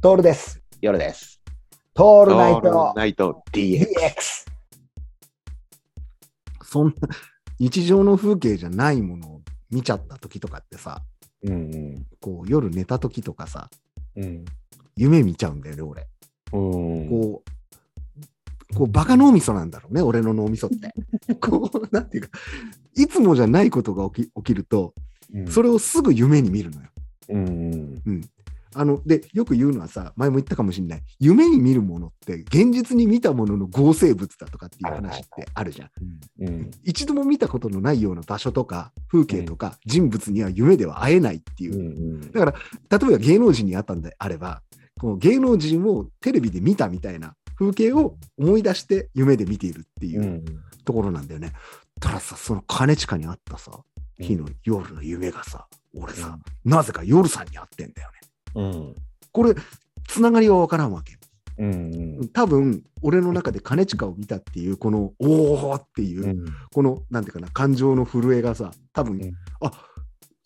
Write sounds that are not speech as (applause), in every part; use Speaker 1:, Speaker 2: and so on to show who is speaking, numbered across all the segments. Speaker 1: トールです。
Speaker 2: 夜です。
Speaker 1: ト
Speaker 2: オ
Speaker 1: ールナイト
Speaker 2: ナイト DX。
Speaker 1: DX。
Speaker 3: そんな日常の風景じゃないものを見ちゃった時とかってさ、
Speaker 2: うん
Speaker 3: こう夜寝た時とかさ、
Speaker 2: うん。
Speaker 3: 夢見ちゃうんだよね、俺。
Speaker 2: うん。
Speaker 3: こう、こうバカ脳みそなんだろうね、俺の脳みそって。
Speaker 2: (laughs)
Speaker 3: こう、なんていうか、いつもじゃないことが起き起きると、
Speaker 2: うん
Speaker 3: それをすぐ夢に見るのよ。
Speaker 2: うん。
Speaker 3: あの、で、よく言うのはさ、前も言ったかもしれない、夢に見るものって、現実に見たものの合成物だとかっていう話ってあるじゃん。
Speaker 2: うん。
Speaker 3: 一度も見たことのないような場所とか、風景とか、人物には夢では会えないっていうう、
Speaker 2: ん。。
Speaker 3: 例えば芸能人に会ったんであれば、こう芸能人をテレビで見たみたいな風景を思い出して夢で見ているっていううんところなんだよね。たださ、その兼近にあったさ、日の夜の夢がさ、俺さ、なぜか夜さんに会ってんだよね。
Speaker 2: うん。
Speaker 3: これ、つながりはわからんわけ。
Speaker 2: うん。
Speaker 3: 多分、俺の中で兼近を見たっていう、この、おーっていう、この、なんていうかな、感情の震えがさ、多分、
Speaker 2: うん
Speaker 3: あ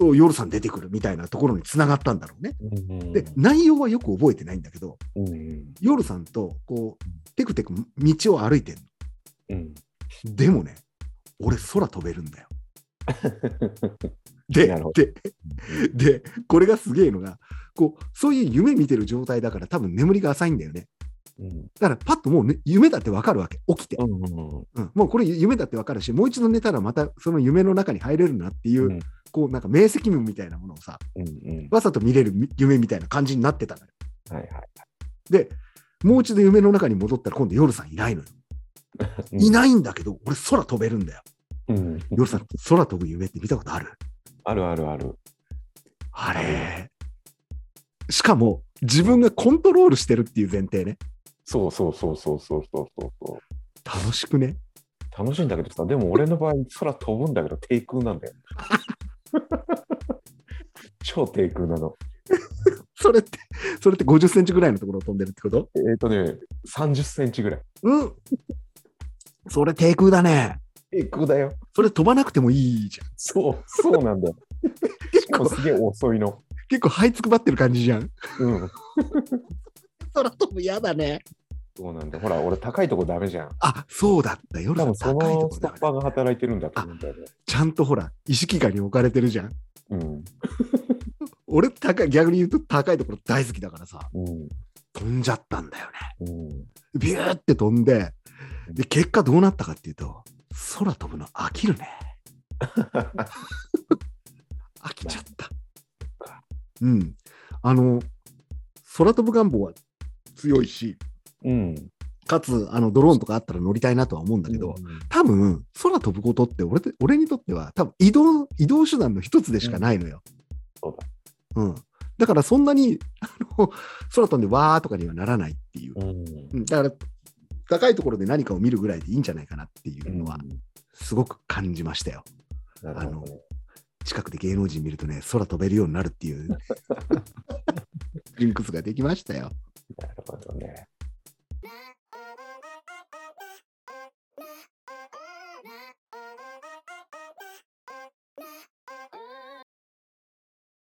Speaker 3: お夜さん出てくるみたいなところにつながったんだろうね。
Speaker 2: うん。
Speaker 3: で、内容はよく覚えてないんだけど、
Speaker 2: うん。
Speaker 3: 夜さんと、こう、テクテク道を歩いてる
Speaker 2: うん。
Speaker 3: の。でもね、俺、空飛べるんだよ。で
Speaker 2: なるほ、
Speaker 3: で、で、これがすげえのが、こう、そういう夢見てる状態だから多分眠りが浅いんだよね。
Speaker 2: うん。
Speaker 3: だからパッともう、ね、夢だってわかるわけ。起きて、
Speaker 2: うん。
Speaker 3: うんもうこれ夢だってわかるし、もう一度寝たらまたその夢の中に入れるなっていう、
Speaker 2: うん
Speaker 3: こうなんか明晰夢みたいなものをさ、
Speaker 2: うん。
Speaker 3: わざと見れる夢みたいな感じになってたのよ。
Speaker 2: はいはい。
Speaker 3: で、もう一度夢の中に戻ったら今度夜さんいないのよ。いないんだけど、俺空飛べるんだよ。
Speaker 2: うん。
Speaker 3: 夜さん、空飛ぶ夢って見たことある
Speaker 2: あるあるある。
Speaker 3: あれしかも、自分がコントロールしてるっていう前提ね。
Speaker 2: そうそうそうそうそうそうそう。
Speaker 3: 楽しくね。
Speaker 2: 楽しいんだけどさ、でも俺の場合、空飛ぶんだけど、低空なんだよ。超低空なの。
Speaker 3: それって、それって50センチぐらいのところを飛んでるってこと
Speaker 2: えっ、とね、30センチぐらい。
Speaker 3: うん。それ低空だね。
Speaker 2: 低空だよ。
Speaker 3: それ飛ばなくてもいいじゃん。
Speaker 2: そう、そうなんだよ。
Speaker 3: 結
Speaker 2: もう
Speaker 3: 構、
Speaker 2: すげえ遅いの。
Speaker 3: 結構這いつくばってる感じじゃん。
Speaker 2: うん。
Speaker 3: (laughs) 空飛ぶ嫌だね。
Speaker 2: そうなんだよ。ほら、俺高いとこダメじゃん。
Speaker 3: あ、そうだった。夜
Speaker 2: 多
Speaker 3: さん
Speaker 2: 分そ
Speaker 3: 高いと
Speaker 2: の
Speaker 3: こ
Speaker 2: スト
Speaker 3: ろ
Speaker 2: ッ
Speaker 3: だか
Speaker 2: パ
Speaker 3: ら
Speaker 2: ーが働いてるんだと思うんだよね。
Speaker 3: ちゃんとほら、意識下に置かれてるじゃん。
Speaker 2: うん。
Speaker 3: 俺、高い、逆に言うと高いところ大好きだからさ、
Speaker 2: うん。
Speaker 3: 飛んじゃったんだよ
Speaker 2: う
Speaker 3: ね。
Speaker 2: ん。
Speaker 3: ビューって飛んで、で、結果どうなったかっていうと、空飛ぶの飽きるね。飽きちゃった
Speaker 2: まあ。
Speaker 3: うん。あの、空飛ぶ願望は強いし、
Speaker 2: うん。
Speaker 3: かつ、あの、ドローンとかあったら乗りたいなとは思うんだ (laughs) けど、多分、空飛ぶことって俺て、俺にとっては、多分移動、移動手段の一つでしかないのよ。
Speaker 2: うんそう
Speaker 3: だ。うん。だからそんなに、あの、空飛んでわーとかにはならないっていう。
Speaker 2: うん。
Speaker 3: うん、だから、高いところで何かを見るぐらいでいいんじゃないかなっていうのは、すごく感じましたよ。
Speaker 2: なるほどね。
Speaker 3: 近くで芸能人見るとね、 (laughs) 空飛べるようになるっていう、ジンクスができましたよ。
Speaker 2: なるほど